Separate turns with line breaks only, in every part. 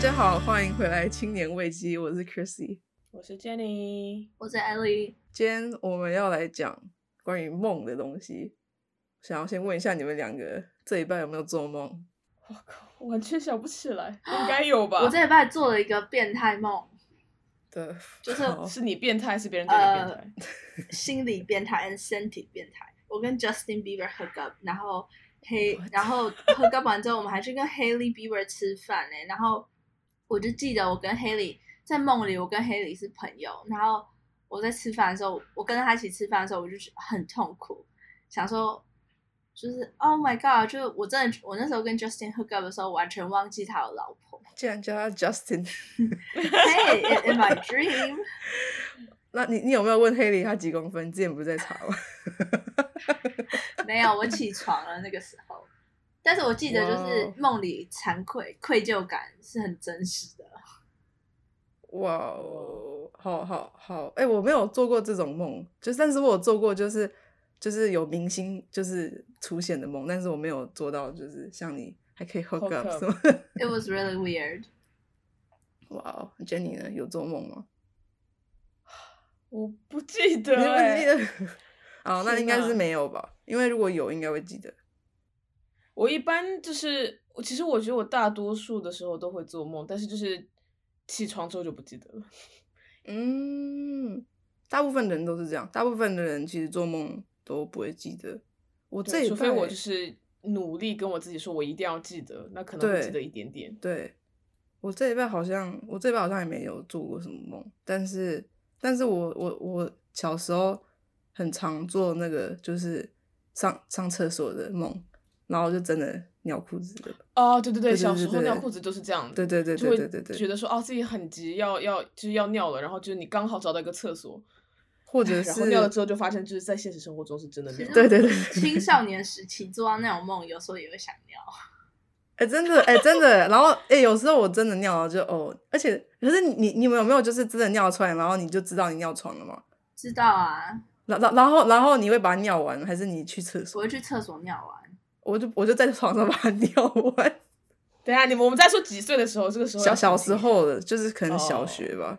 家好，欢迎回来《青年危机》，我是 Chrissy。
我是 Jenny，
我是 E，艾莉，
今天我们要来讲关于梦的东西，想要先问一下你们两个这一半有没有做梦？
我靠，完全想不起来，应该有吧？
我这礼拜做了一个变态梦，
对，
就是
好
是你变态，是别人对你变态？
呃
心理变态 and 身体变态。我跟 Justin Bieber hook up，然后黑
What？
然后 hook up 完之后，我们还去跟 Haley Bieber 吃饭呢、欸然后我就记得我跟 Haley 在梦里，我跟 Haley 是朋友。然后我在吃饭的时候，我跟他一起吃饭的时候，我就觉得很痛苦，想说就是 Oh my God！就是我真的，我那时候跟 Justin hook up 的时候，完全忘记他有老婆。
竟然叫他 Justin，
Hey, in my dream.
那你你有没有问黑里他几公分？之前不是在查吗？
没有，我起床了那个时候，但是我记得就是
哇哦
梦里惭愧、愧疚感是很真实的。
哇哦，好好好，哎、我没有做过这种梦，就是但是我有做过，就是就是有明星就是出现的梦，但是我没有做到，就是像你还可以 hook
Hook
up
up
什么。
It was really weird。
哇哦，Jenny 呢有做梦吗？
我不记得、
你
欸，
不记 得？哦，那
天
应该是
哪
没有吧？因为如果有，应该会记得。
我一般就是，我其实我觉得我大多数的时候都会做梦，但是就是起床之后就不记得了。
嗯，大部分人都是这样，大部分的人其实做梦都不会记得。我这
对，
一
除非
拜
我就是努力跟我自己说，我一定要记得，那可能会
对
记得一点点。
对，我这一辈好像我这一辈好像也没有做过什么梦，但是但是我我我小时候很常做那个就是上上厕所的梦，然后就真的尿裤子了。
哦，对对
对对
小时
对
候
对
尿裤子都是这样的，
对对对
就
对
会
对对对，
觉得说哦自己很急要要就是要尿了，然后就是你刚好找到一个厕所，
或者
哎然后
是
尿了之后就发现就是在现实生活中是真的
其
尿
实。
对对对
青少年时期做到那种梦，有时候也会想尿。
哎、真的，哎、真的，然后，哎、有时候我真的尿了就哦，而且，可是你你你们有没有就是真的尿出来，然后你就知道你尿床了吗？
知道啊，
然然然后然后你会把它尿完，还是你去厕
我
所？
会去厕所尿完。
我就我就在床上 把它尿 完。
等一下你们我们在说几岁的时候，这个时候
小
要
小
注
时
意，
候的，就是可能小
啊哦
学吧。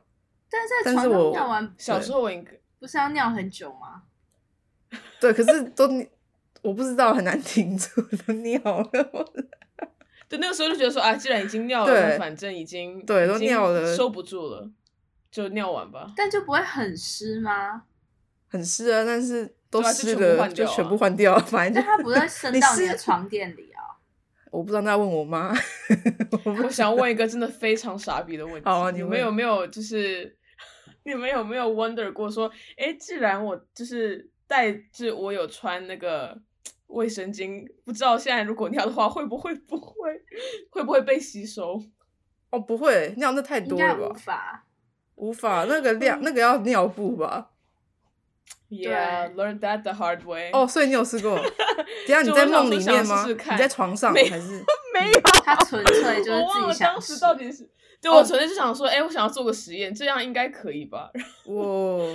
但是在
但
床
是
上
我
尿完，
小时候我应该
不是要尿很久吗？
对，可是都 我不知道，很难停住的尿了。
对那个时候就觉得说啊，既然已经尿了，那
对
反正已经
对
已
都
经
尿了
收不住了，就尿完吧。
但就不会很湿吗？
很湿啊，但是都
对啊就
湿
全部
了，
换
就
掉
全
啊
部换掉，反正就
但它不会 伸
你
到你
是
的床垫里啊。
我不知道，那要问我妈。
我想问一个真的非常傻逼的问题，
好啊你
你
问
们有没有就是 你们有没有 wonder 过说，哎，既然我就是带着我有穿那个卫生巾，不知道现在如果尿的话会不会不会会不会被吸收？
哦，不会，尿那太
应
多
该
了
无
吧？
法。
无法，那个
嗯
量，那个要尿布吧？
Yeah, learn that the hard way.
哦，，所以你有试过？等一下你
就
在
我想
梦
说
里
想
面
试
吗？
试看
你在床上
没有
还是？
没有，
它纯粹就是
我忘
自己
了
想
当
湿
时。到底是。对，
哦
我纯粹是想说，哎、我想要做个实验，这样应该可以吧？
我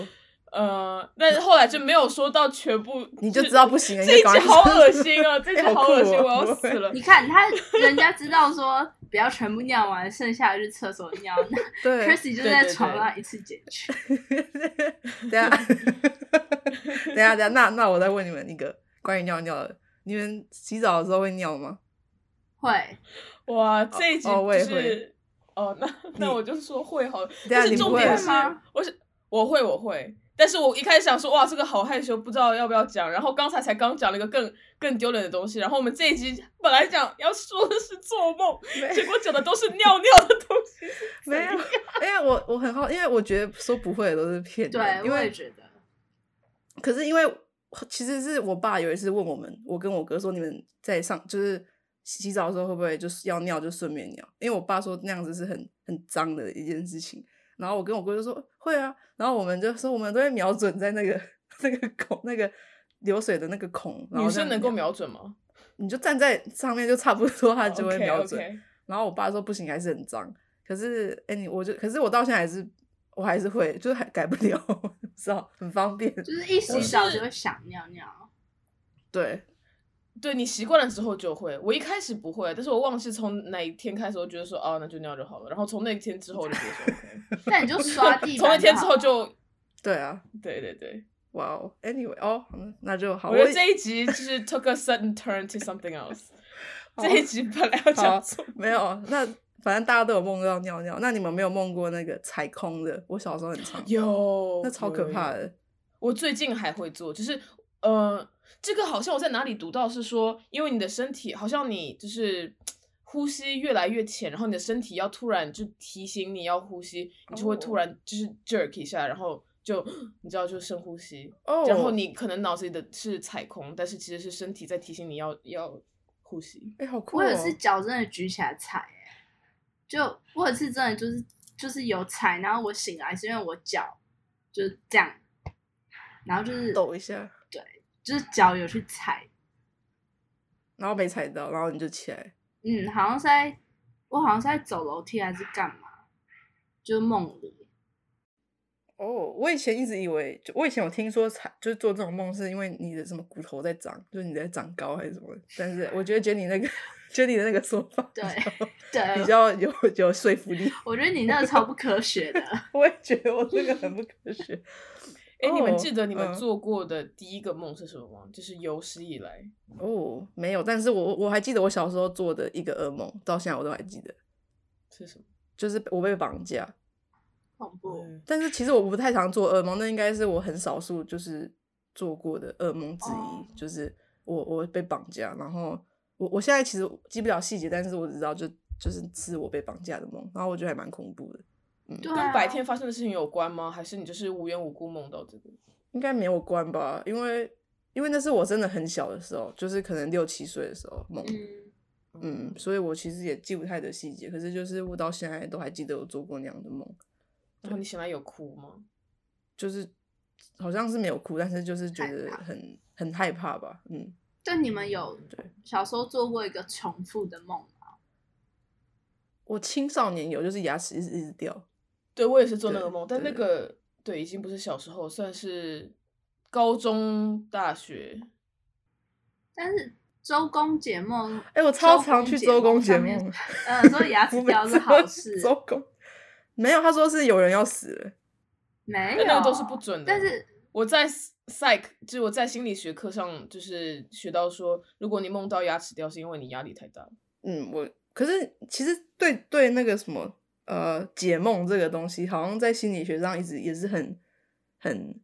呃，但是后来就没有说到全部，
你就
就
知道不行了，你
这一
就赶快
集
去
好恶心啊！这一集
哎好
好恶心，
酷哦
我要
不
死
会
了
你。看他，人家知道说不要全部尿完，剩下的去厕所尿。那
对，
Chrissy 就
对
在
对
床
对
上一次解决。
等一 下，等一下，等一下，那那我再问你们一个关于尿尿的，你们洗澡的时候会尿吗？
会，
哇，这一集
哦我也
就是哦， 那那
你
我就说会好了，
等下
但
啊你
是
不
重
会
点是
吗，
我是我会我会，但是我一开始想说哇，这个好害羞，不知道要不要讲，然后刚才才刚讲了一个更更丢脸的东西，然后我们这一集本来讲要说的是 做梦，结果讲的都是尿尿的东西，是
没有
怎样，
因为我我很好，因为我觉得说不会的都是骗
对
人，，因
我
为
也觉得。
可是因为其实是我爸有一次问我们，我跟我哥说你们在上就是洗澡的时候会不会就是要尿就顺便尿？因为我爸说那样子是很很脏的一件事情。然后我跟我哥就说会啊，然后我们就说我们都会瞄准在那个那个孔那个流水的那个孔，然后
女
这样
生能够
尿，
瞄准吗？
你就站在上面就差不多，他就会瞄准。
o k o k
然后我爸说不行，还是很脏。可是哎，你我就可是我到现在还是我还是会，就是还改不了， 不知道很方便。
就是一洗
我
澡
是
就会想尿尿。
对，
对你习惯了之后就会。我一开始不会，但是我忘记从哪一天开始，我觉得说哦，那就那样就好了。然后从那一天之后我就觉得 说 OK，
那你就刷地板就好
从
了。
那天之后就
对啊，
对对对。
哇哦，Anyway，哦，嗯那就好。
我觉得这一集就是 took a sudden turn to something else。这一集本来要
好
讲做
没有，那反正大家都有梦到尿尿，那你们没有梦过那个踩空的？我小时候很常，
有，
那超可
有
怕的。
我最近还会做，就是呃，这个好像我在哪里读到是说，因为你的身体好像你就是呼吸越来越浅，然后你的身体要突然就提醒你要呼吸，你就会突
哦
然就是 jerk 一下，然后就你知道就深呼吸，
哦，
然后你可能脑子里的是踩空，但是其实是身体在提醒你要要呼吸。
哎、好酷、哦！
我有一次脚真的举起来踩、欸，就我有一次真的就是就是有踩，然后我醒来是因为我脚就是这样，然后就是
抖一下，
就是脚有去踩，
然后没踩到，然后你就起来。
嗯，好像是在我好像是在走楼梯还是干嘛，就是梦里，
哦，我以前一直以为，就我以前有听说踩，就是做这种梦是因为你的什么骨头在长，就是你在长高还是什么的。但是我觉得觉得你那个， 觉得你的那个说法比
对
较
呃
比
对，
较有有说服力。
我觉得你那个超不科学的，
我也觉得我这个很不科学。
哎、你们
哦
记得你们
嗯
做过的第一个梦是什么吗？就是有史以来，
哦，没有，但是我我还记得我小时候做的一个噩梦，到现在我都还记得，
是什么？
就是我被绑架。
恐
嗯
怖，
但是其实我不太常做噩梦，那应该是我很少数就是做过的噩梦之一，
哦
就是我我被绑架，然后我我现在其实记不了细节，但是我只知道就就是是我被绑架的梦，然后我觉得还蛮恐怖的，
对、啊，
跟白天发生的事情有关吗？还是你就是无缘无故梦到这个？
应该没有关吧，因为因为那是我真的很小的时候，就是可能六七岁的时候梦，
嗯，
嗯，所以我其实也记不太得细节，可是就是我到现在都还记得我做过那样的梦，
然后你醒来有哭吗？
就是好像是没有哭，但是就是觉
害
得
怕
很很害怕吧，嗯。
但你们有
对
小时候做过一个重复的梦吗？
我青少年有，就是牙齿一直一直掉。
对我也是做那个
对
梦，但那
对
个对已经不是小时候，算是高中、大学。
但是周公解梦，
哎、我超常去周公节
周公解
目
梦，呃，所以牙齿
我每
掉是
次
好
都
事，
周公没有，他说是有人要死了。
没有，
但那个都是不准的
但是
我在 psych，就是我在心理学课上，就是学到说，如果你梦到牙齿掉，是因为你压力太大了。
嗯，我可是其实对对那个什么呃解梦这个东西，好像在心理学上一直也是很很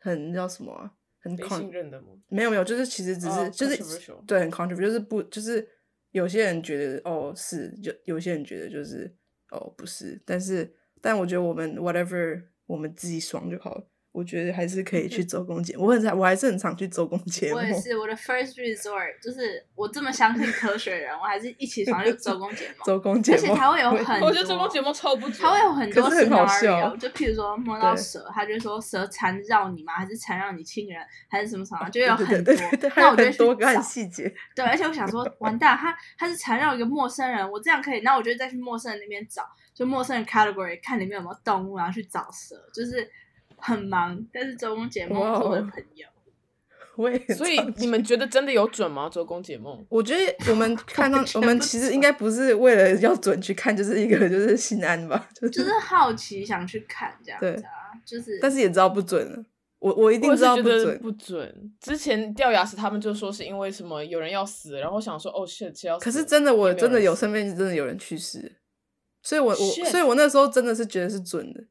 很叫什么啊、很
被
con-
信任的梦，
没有没有，就是其实只是、
哦
就是
controversial
对很 controversial，就是不就是有些人觉得哦是，就有些人觉得就是哦不是，但是但我觉得我们 whatever 我们自己爽就好了。我觉得还是可以去周公节，我很常我还是很常去周公节目
嗯我。也是我的 first resort，就是我这么相信科学人，我还是一起床就周公解梦，
周公节
而
目，
且它会有
我也
很
我觉得这梦节
多。
目超不准。
它会有很多
可是很好
scenario，
笑
就譬如说摸到
对
蛇，他就说蛇缠绕你吗？还是缠绕你亲人，还是什么什么，就有
对对
很
对对对，还
那
有
我就
很
去
多个
找
很细节。
对，而且我想说，完蛋，他他是缠绕一个陌生人，我这样可以，那我就再去陌生人那边找，就陌生人 category 看里面有没有动物，然后去找蛇，就是很忙。但是周公解梦
哇哦
是我的朋友，
我也
所以
常
你们觉得真的有准吗？周公解梦？
我觉得我 们看到
觉
我
得
们
不
其实
错
应该不是为了要准去看，就是一个就是心安吧，就是
就是好奇想去看这样
对
子啊，就是
但是也知道不准了。我我一定
我是
知道
觉
不
得
准，
不准。之前掉牙齿，他们就说是因为什么有人要死，然后想说哦 shit，谁要死？
可是真的，我
也没
真的
人
有
死
身边真的有人去世，所以我我
Shit
所以我那时候真的是觉得是准的。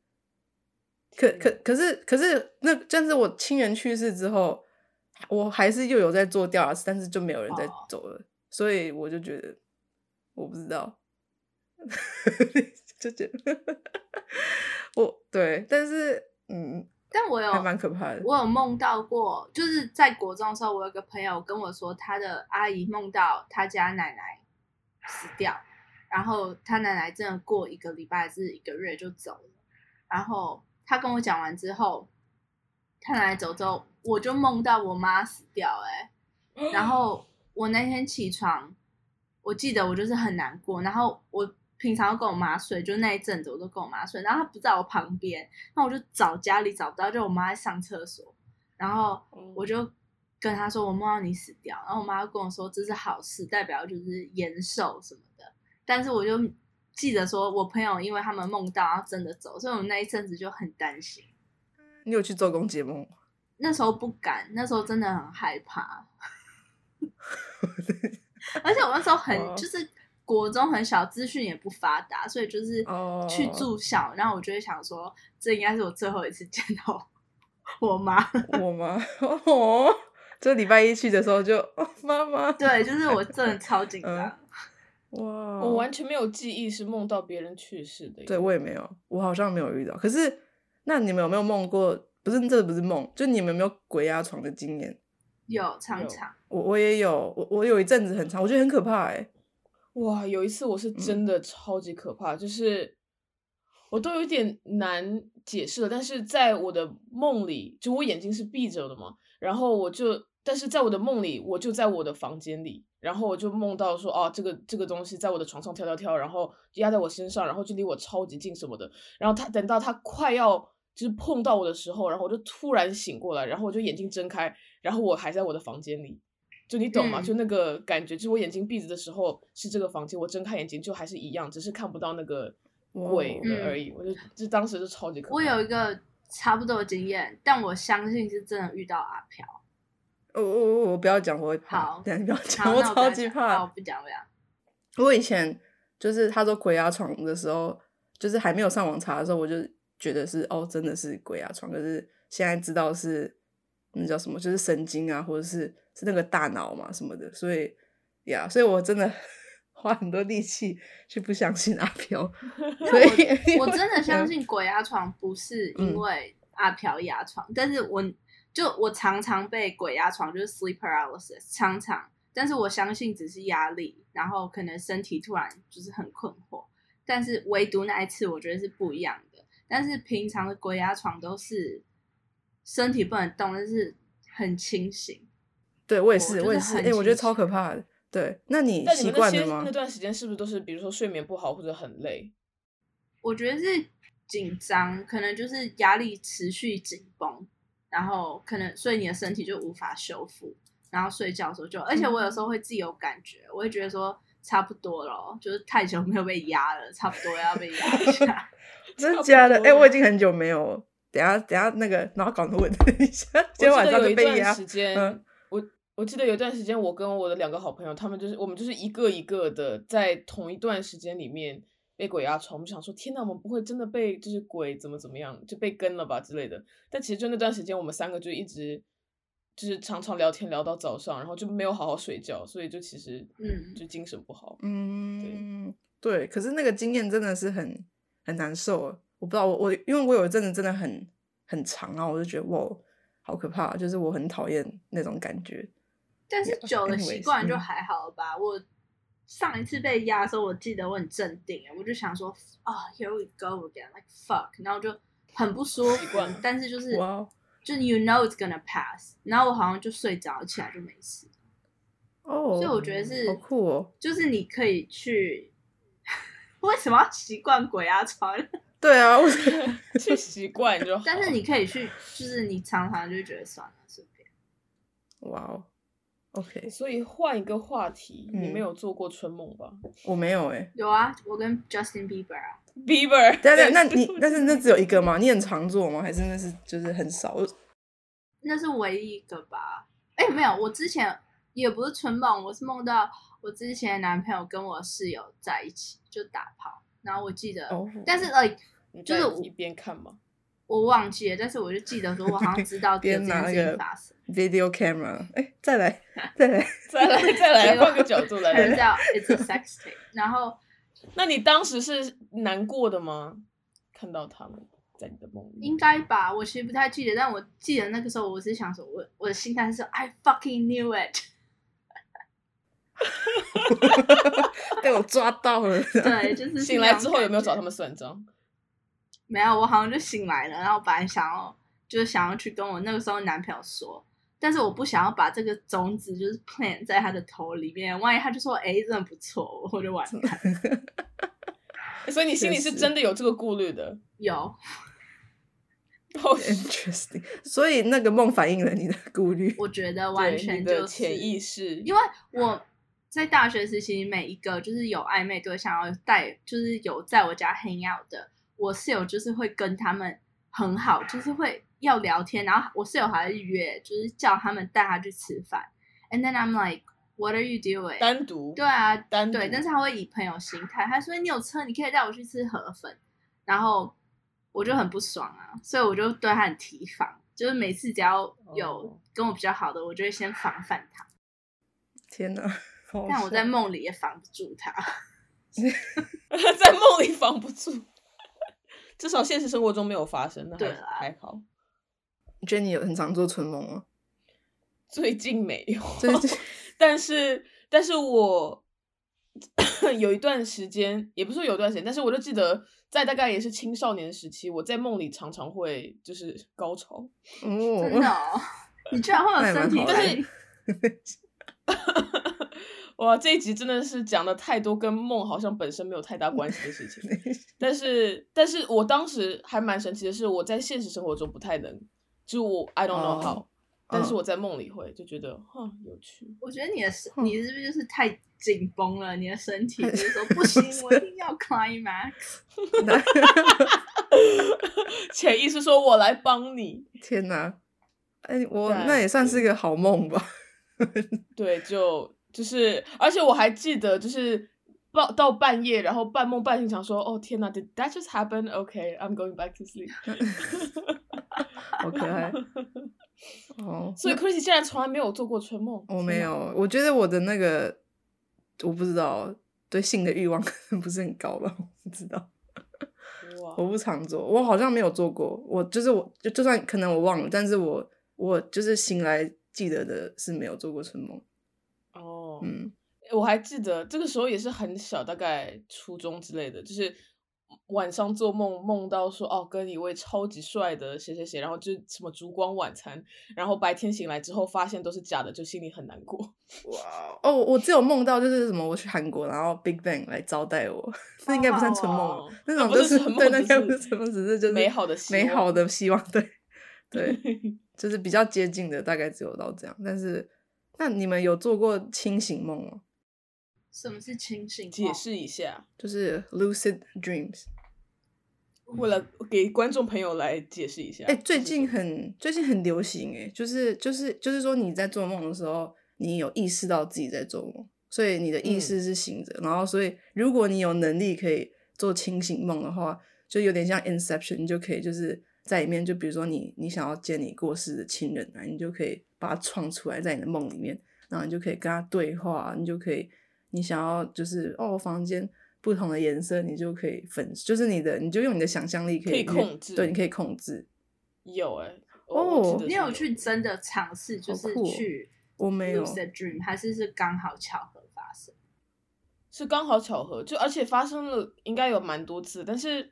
可
嗯
可可是可是那，但是我亲人去世之后，我还是又有在做吊牙齿，但是就没有人在
哦
走了，所以我就觉得我不知道， 就觉得我对，但是嗯，
但我有
哦
还蛮可怕的。
我有梦到过，就是在国中的时候，我有个朋友跟我说，他的阿姨梦到他家奶奶死掉，然后他奶奶真的过一个礼拜还是一个月就走了。然后他跟我讲完之后，他奶奶走之后，我就梦到我妈死掉、哎， 然后我那天起床，我记得我就是很难过，然后我。平常都跟我妈睡，就那一阵子我都跟我妈睡，然后她不在我旁边，那我就找家里找不到，就我妈在上厕所，然后我就跟他说我梦到你死掉，然后我妈就跟我说这是好事，代表就是延寿什么的。但是我就记得说我朋友因为他们梦到然后真的走，所以我们那一阵子就很担心。
你有去周公解梦？
那时候不敢，那时候真的很害 怕，而且我那时候很、
哦
就是国中很小，资讯也不发达，所以就是
哦
去住校。然后我就会想说，这应该是我最后一次见到我妈。
我吗？ 哦，就礼拜一去的时候就哦，妈妈，
对，就是我真的超紧张。
嗯哇，
我完全没有记忆是梦到别人去世的。
嗯对，我也没有，我好像没有遇到。可是，那你们有没有梦过？不是，这不是梦，就你们有没有鬼压床的经验？
有常
有
常
我我也有，我我有一阵子很长，我觉得很可怕哎、
哇，有一次我是真的超级可怕，就是我都有点难解释了。但是在我的梦里，就我眼睛是闭着的嘛，然后我就，但是在我的梦里，我就在我的房间里，然后我就梦到说，哦、这个这个东西在我的床上跳跳跳，然后压在我身上，然后就离我超级近什么的。然后他等到他快要就是碰到我的时候，然后我就突然醒过来，然后我就眼睛睁开，然后我还在我的房间里，就你懂吗？
嗯
就那个感觉，就是我眼睛闭着的时候是这个房间，我睁开眼睛就还是一样，只是看不到那个鬼
哦
了而已。我就就当时就超级可怕。
我有一个差不多的经验，但我相信是真的遇到阿 飘。
我我我我不要讲，我会怕。
好
等一下你不要
好，
讲，
那我不要
超级
讲
怕。
好我不讲不讲。
我以前就是他说鬼压床的时候，就是还没有上网查的时候，我就觉得是哦，真的是鬼压床。可是现在知道是那叫什么，就是神经啊，或者是是那个大脑嘛什么的。所以呀，所以我真的 花很多力气去不相信阿 飘。所以
我真的相信鬼压床不是因为阿飘压床，但是我就我常常被鬼压床，就是 sleep paralysis，常常。但是我相信只是压力，然后可能身体突然就是很困惑，但是唯独那一次我觉得是不一样的。但是平常的鬼压床都是身体不能动，但是很清醒。
对我也
我
是，
就
我也
是
是，哎、
很
我觉得
清
超
晰
可怕的。对，那你
但你
习
们那
惯
些
了吗
那？段时间是不是都是，比如说睡眠不好或者很累？
我觉得是紧张，可能就是压力持续紧绷，然后可能所以你的身体就无法修复，然后睡觉的时候就，而且我有时候会自己有感觉，我会觉得说差不多了哦，就是太久没有被压了，差不多要被压一下。
真
差
的
不
假的？
多
哎、我已
了
经很久没有。等一下，等一下，那个脑梗 问一下，
我
今天
记
晚
得
上
有
就
一
被
段
压
时。间，
嗯
我我记得有一段时间，我跟我的两个好朋友，他们就是我们就是一个一个的在同一段时间里面被鬼压床，我们就想说天呐，我们不会真的被就是鬼怎么怎么样就被跟了吧之类的。但其实就那段时间，我们三个就一直就是常常聊天聊到早上，然后就没有好好睡觉，所以就其实
嗯
就精神不好。
嗯，对，可是那个经验真的是很很难受啊。我不知道，我我因为我有一阵子真的很很长啊，然后我就觉得哇，好可怕，就是我很讨厌那种感觉。
但是久了
Anyways，
习惯就
嗯
还好吧。我上一次被压的时候，我记得我很镇定，我就想说啊、h e r e we go again，like fuck，然后就很不舒
习
服啊
惯了，
但是就是
哇哦
就是 you know it's gonna pass，然后我好像就睡着，起来就没事。
哦，
所以我觉得是
好酷哦。
就是你可以去， 为什么要习惯鬼压床？
对啊，我是
去习惯就好。
但是你可以去，就是你常常就觉得算了，随便。
哇哦，OK，
所以换一个话题，你没
嗯
有做过春梦吧
我没有哎、
有啊，我跟 Justin Bieber 啊，
？Bieber，
等一下，
对
啊那你但是那只有一个吗？你很常做吗？还是那是就是很少？我
那是唯一一个吧？哎，没有，我之前也不是春梦，我是梦到我之前的男朋友跟我室友在一起就打炮，然后我记得，
哦
但是呃，
你
就
在
是我
一边看嘛。
我忘记了，但是我就记得说，我好像 知道有这
边拿
件
那
事
个
情发生。
video camera，哎、再来，再来，
再来再来，
结果
换个角度来
才知
来。
道 it's a sex tape。然后
那你当时是难过的吗？看到他们在你的梦里，
应该吧，我其实不太记得，但我记得那个时候我是想说，我我的心态是 I fucking knew it 。
被我抓到了。
对，就是
醒来
这种
之后有没有
感觉
找他？们算账？
没有，我好像就醒来了，然后本来想要就是想要去跟我那个时候男朋友说。但是我不想要把这个种子就是 plant 在他的头里面，万一他就说哎，真的不错，我就完蛋。
所以你心里是
确实
真的有这个顾虑的。
有，
后
Interesting，所以那个梦反映了你的顾虑。
我觉得完全
对你
就
的
是
潜意识，
因为
嗯
我在大学时期，每一个就是有暧昧对象，然后带就是有在我家 hang out 的，我室友就是会跟他们很好，就是会要聊天，然后我室友还会约，就是叫他们带他去吃饭，and then I'm like what are you doing？
单独
对啊，
单独
对，但是他会以朋友心态，他说你有车，你可以带我去吃河粉，然后我就很不爽啊，所以我就对他很提防，就是每次只要有
哦
跟我比较好的，我就会先防范他。
天哪！好哦好
但我
笑
在梦里也防不住他。
在梦里防不住， 至少现实生活中没有发生，那
对
还
啊
还好。
你觉得你有很常做春梦吗？
最近没有，
最 近
但是，但是我 有一段时间，也不是说有一段时间，但是我就记得，在大概也是青少年时期，我在梦里常常会就是高潮，
哦，
真的、哦，你居然会有身体
那
也
反应？
哇，这一集真的是讲了太多跟梦好像本身没有太大关系的 事情。但是，但是我当时还蛮神奇的是，我在现实生活中不太能，就我 I don't know
哦
how，、但是
嗯
我在梦里会，就觉得哼有趣。
我觉得你的身
嗯
你是不是就是太紧绷了？你的 身体就是说不行，我一定要 climax。
潜意识说我来帮你，
天哪！哎，我
对
那也算是个好梦吧。
对，就就是，而且我还记得就是。到到半夜，然后半梦半醒，想说，哦天哪，Did that just happen? Okay, I'm going back to sleep.
好可 爱哦！
所以 Chrissy 竟然从来没有做过春梦，
我
天
没
哪
有，我觉得我的那个我不知道，对性的欲望 可能不是很高吧，我不知道，
哇
我不常做，我好像没有做过，我就是我就就算可能我忘了，但是我我就是醒来记得的是没有做过春梦，
哦，
嗯，
我还记得这个时候也是很小，大概初中之类的，就是晚上做梦梦到说哦，跟一位超级帅的谁谁谁，然后就是什么烛光晚餐，然后白天醒来之后发现都是假的，就心里很难过。
哇哦，我只有梦到就是什么我去韩国，然后 Big Bang 来招待我，那应该不算春梦吧
哦
那
那
种
不
就是
春梦
对，那
只
应该不
是
是春梦，只是就是
美好的希
美好
望
的希望， 对对。就是比较接近的，大概只有到这样。但是，那你们有做过清醒梦吗？
什么是清醒梦？
解
哦
释一下，
就是 lucid dreams。
为了给观众朋友来解释一下。
哎、最
就是
近很最近很流行哎、就是就是就是说你在做梦的时候，你有意识到自己在做梦，所以你的意
嗯
识是醒着。然后，所以如果你有能力可以做清醒梦的话，就有点像 Inception，你就可以就是在里面，就比如说你你想要见你过世的亲人啊，你就可以把它创出来在你的梦里面，然后你就可以跟他对话，你就可以你想要就是哦房间。不同的颜色，你就可以粉，就是你的，你就用你的想象力可
可
以
以控制
对，你可以控制。
有哎、
哦
我记得
你
是
有去真的尝试，就
好
是
酷哦
去
我没有
lucid dream，还是是刚好巧合发生？
是刚好巧合，就而且发生了应该有蛮多次，但是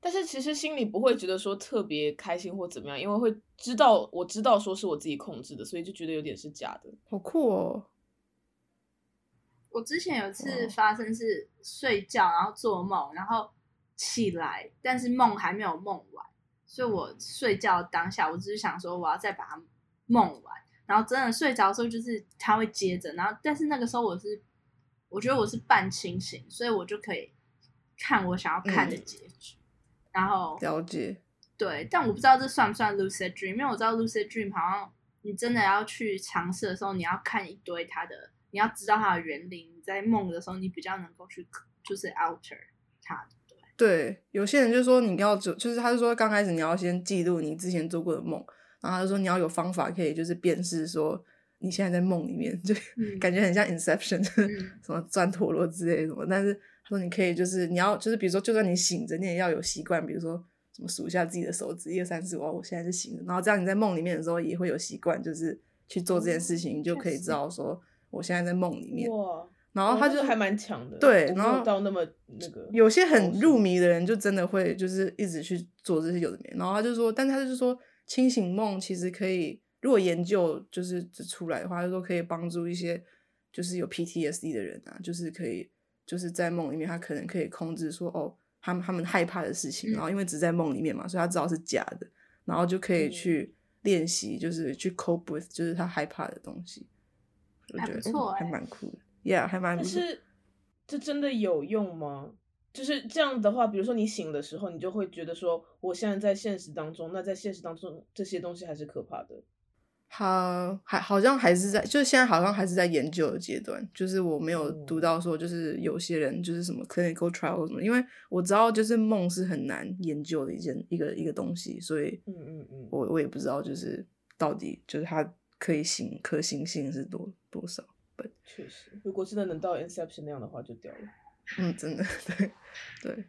但是其实心里不会觉得说特别开心或怎么样，因为会知道我知道说是我自己控制的，所以就觉得有点是假的。
好酷哦！
我之前有一次
哇
发生是睡觉，然后做梦，然后起来，但是梦还没有梦完，所以我睡觉当下，我只是想说我要再把它梦完，然后真的睡着的时候，就是它会接着，然后但是那个时候我是，我觉得我是半清醒，所以我就可以看我想要看的结局，然后
了解，
对，但我不知道这算不算 lucid dream，因为我知道 lucid dream 好像你真的要去尝试的时候，你要看一堆它的，你要知道它的原理。你在梦的时候，你比较能够去就是 alter 它。对不对
对，有些人就说你要就就是，他就说刚开始你要先记录你之前做过的梦，然后他就说你要有方法可以就是辨识说你现在在梦里面，就
嗯
感觉很像 Inception，、
嗯
什么钻陀螺之类的什么。但是他说你可以就是你要就是比如说就算你醒着，你也要有习惯，比如说什么数一下自己的手指，一二三四五，哦我现在是醒着。然后这样你在梦里面的时候也会有习惯，就是去做这件事情，你就
确
可以
实
知道说我现在在梦里面。
哇，
然后他
哦那
就
个还蛮强的，
对
我没
然后
有到那么那个
有些很入
迷。
迷的人，就真的会就是一直去做这些有的没的。然后他就说，但他就是说，清醒梦其实可以，如果研究就是指出来的话，他就说可以帮助一些就是有 PTSD 的人啊，就是可以就是在梦里面，他可能可以控制说哦，他们他们害怕的事情，
嗯
然后因为只在梦里面嘛，所以他知道是假的，然后就可以
嗯
去练习，就是去 cope with，就是他害怕的东西。我
还
觉
不
得、嗯
错
还
欸
蛮酷的，Yeah，还蛮不
但
错。
是这真的有用吗？就是这样的话，比如说你醒的时候，你就会觉得说，我现在在现实当中，那在现实当中这些东西还是可怕的。
好，还好像还是在，就是现在好像还是在研究的阶段，就是我没有
嗯
读到说，就是有些人就是什么 clinical trial 或什么，因为我知道就是梦是很难研究的一件一个一个东西，所以
嗯嗯嗯
我我也不知道就是到底就是它可以行可行性是多多少，
确实，如果真的能到 Inception 那样的话，就掉了。
嗯，真的 对对，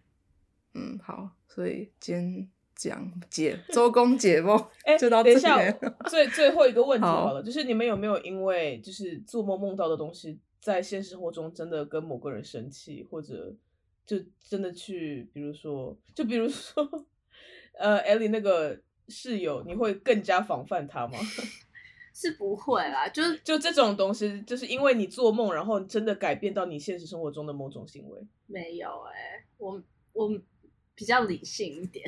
嗯好，所以今天讲解周公解梦
哎，
就到这
等一
里
下
了，
我最最后一个问题
好
好了，就是你们有没有因为就是做梦梦到的东西，在现实生活中真的跟某个人生气，或者就真的去，比如说，就比如说，呃，Ellie 那个室友，你会更加防范他吗？
是不会啦，就是
就这种东西，就是因为你做梦，然后真的改变到你现实生活中的某种行为。
没有哎、我我比较理性一点，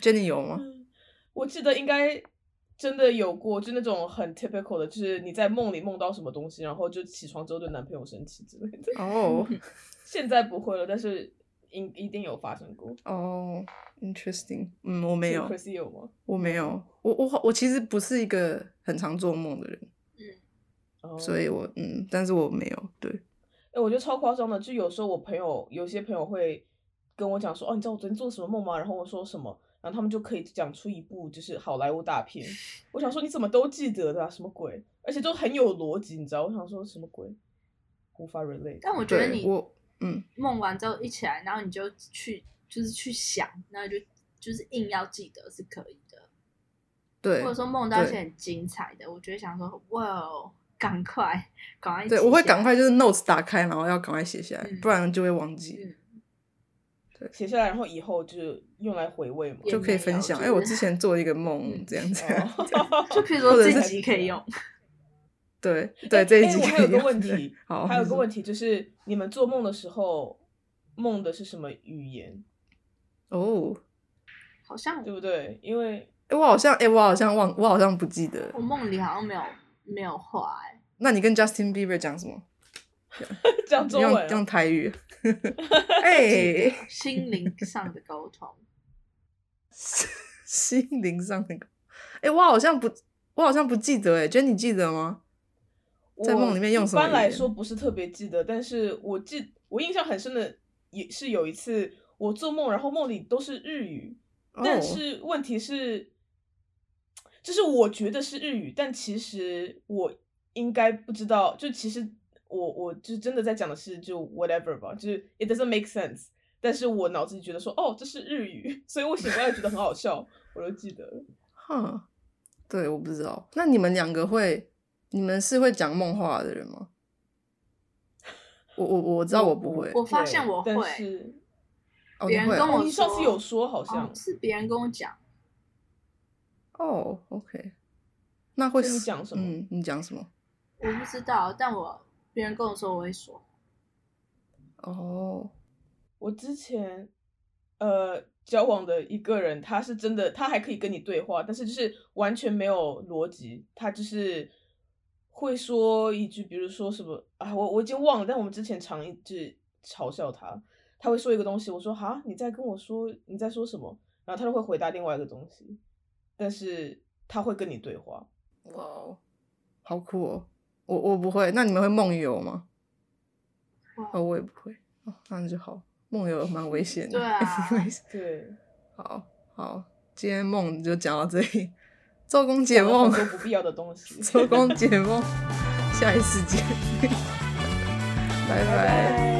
，Jenny 有吗？
我记得应该真的有过，就那种很 typical 的，就是你在梦里梦到什么东西，然后就起床之后对男朋友生气之类的。
哦
现在不会了，但是应一定有发生过。
哦，interesting，嗯，我没有。
c h r i s 有吗？
我没
嗯
有，我我我其实不是一个很常做梦的人，
哦
所以我嗯，但是我没有，对，
哎、我觉得超夸张的，就有时候我朋友有些朋友会跟我讲说，哦，你知道我昨天做什么梦吗？然后我说什么，然后他们就可以讲出一部就是好莱坞大 片。我想说你怎么都记得的、啊，什么鬼？而且都很有逻辑，你知道？我想说什么鬼？无法 relate。
但我觉得
对
你
我嗯，
梦完之后一起来，然后你就去就是去想，然后就就是硬要记得是可以的，
对
或者说梦到一些
对
很精彩的，我就会想说哇哦，赶快赶快，
对，我会赶，快就是 notes 打开，然后要赶快写下来，
嗯
不然就会忘记，
嗯，
写下来，然后以后就是用来回味嘛。
也
就可以
没
分
有
享。
就
哎，我
是
之前做一个梦
嗯
这样子，
哦
这样
就 譬如
或
说
者
这
是
集可以用，
对
哎
对，这一
哎
集
我还
可
有
以
个
用
问
对
题，
好，
还有
你
个
说
问题就是，你们做梦的时候梦的是什么语言，
哦，
好像
对不对？因为
哎，我好像哎，我好像忘，我好像不记得
我，梦里好像没有没有话哎、
那你跟 Justin Bieber 讲什么？
讲中文
用
啊、
用台 语， 哎，
心灵上的沟通，
心灵上的，哎，我好像不，我好像不记得，哎，觉得你记得吗？在梦里面用什么
我一
语
般来
言
说不是特别记得，但是我记我印象很深的也是有一次我做梦，然后梦里都是日语，但
哦
是问题是，就是我觉得是日语，但其实我应该不知道，就其实我我就真的在讲的是就 whatever 吧，就是 it doesn't make sense。但是我脑子里觉得说，哦，这是日语， 所以我醒过来觉得很好笑，我就记得了。
哼，对，我不知道。那你们两个会，你们是会讲梦话的人吗？我我我 知道我不会，
我发现我
但
会
是
哦，你
别人
会
跟
哦
我
哦，你上次
说
有说好像，
哦，是别人跟我讲，
哦，OK，那会
所以你
是
讲什么
嗯，你讲什么？
我不知道，但我别人跟我说我会说，
哦，
我之前呃交往的一个人，他是真的，他还可以跟你对话，但是就是完全没有逻辑，他就是会说一句，比如说什么啊，我我已经忘了，但我们之前常一直嘲笑他，他会说一个东西，我说哈，你在跟我说你在说什么，然后他就会回答另外一个东西，但是他会跟你对话，
哇哦，好酷哦！我我不会，那你们会梦游吗？
哇
哦，我也不会，哦，那就好。梦游蛮危险的，
对啊
因为
对，
好好，今天梦就讲到这里，周公解
讲了
梦
很。多不必要的东西，
周公解梦，下一次见，拜拜。
拜。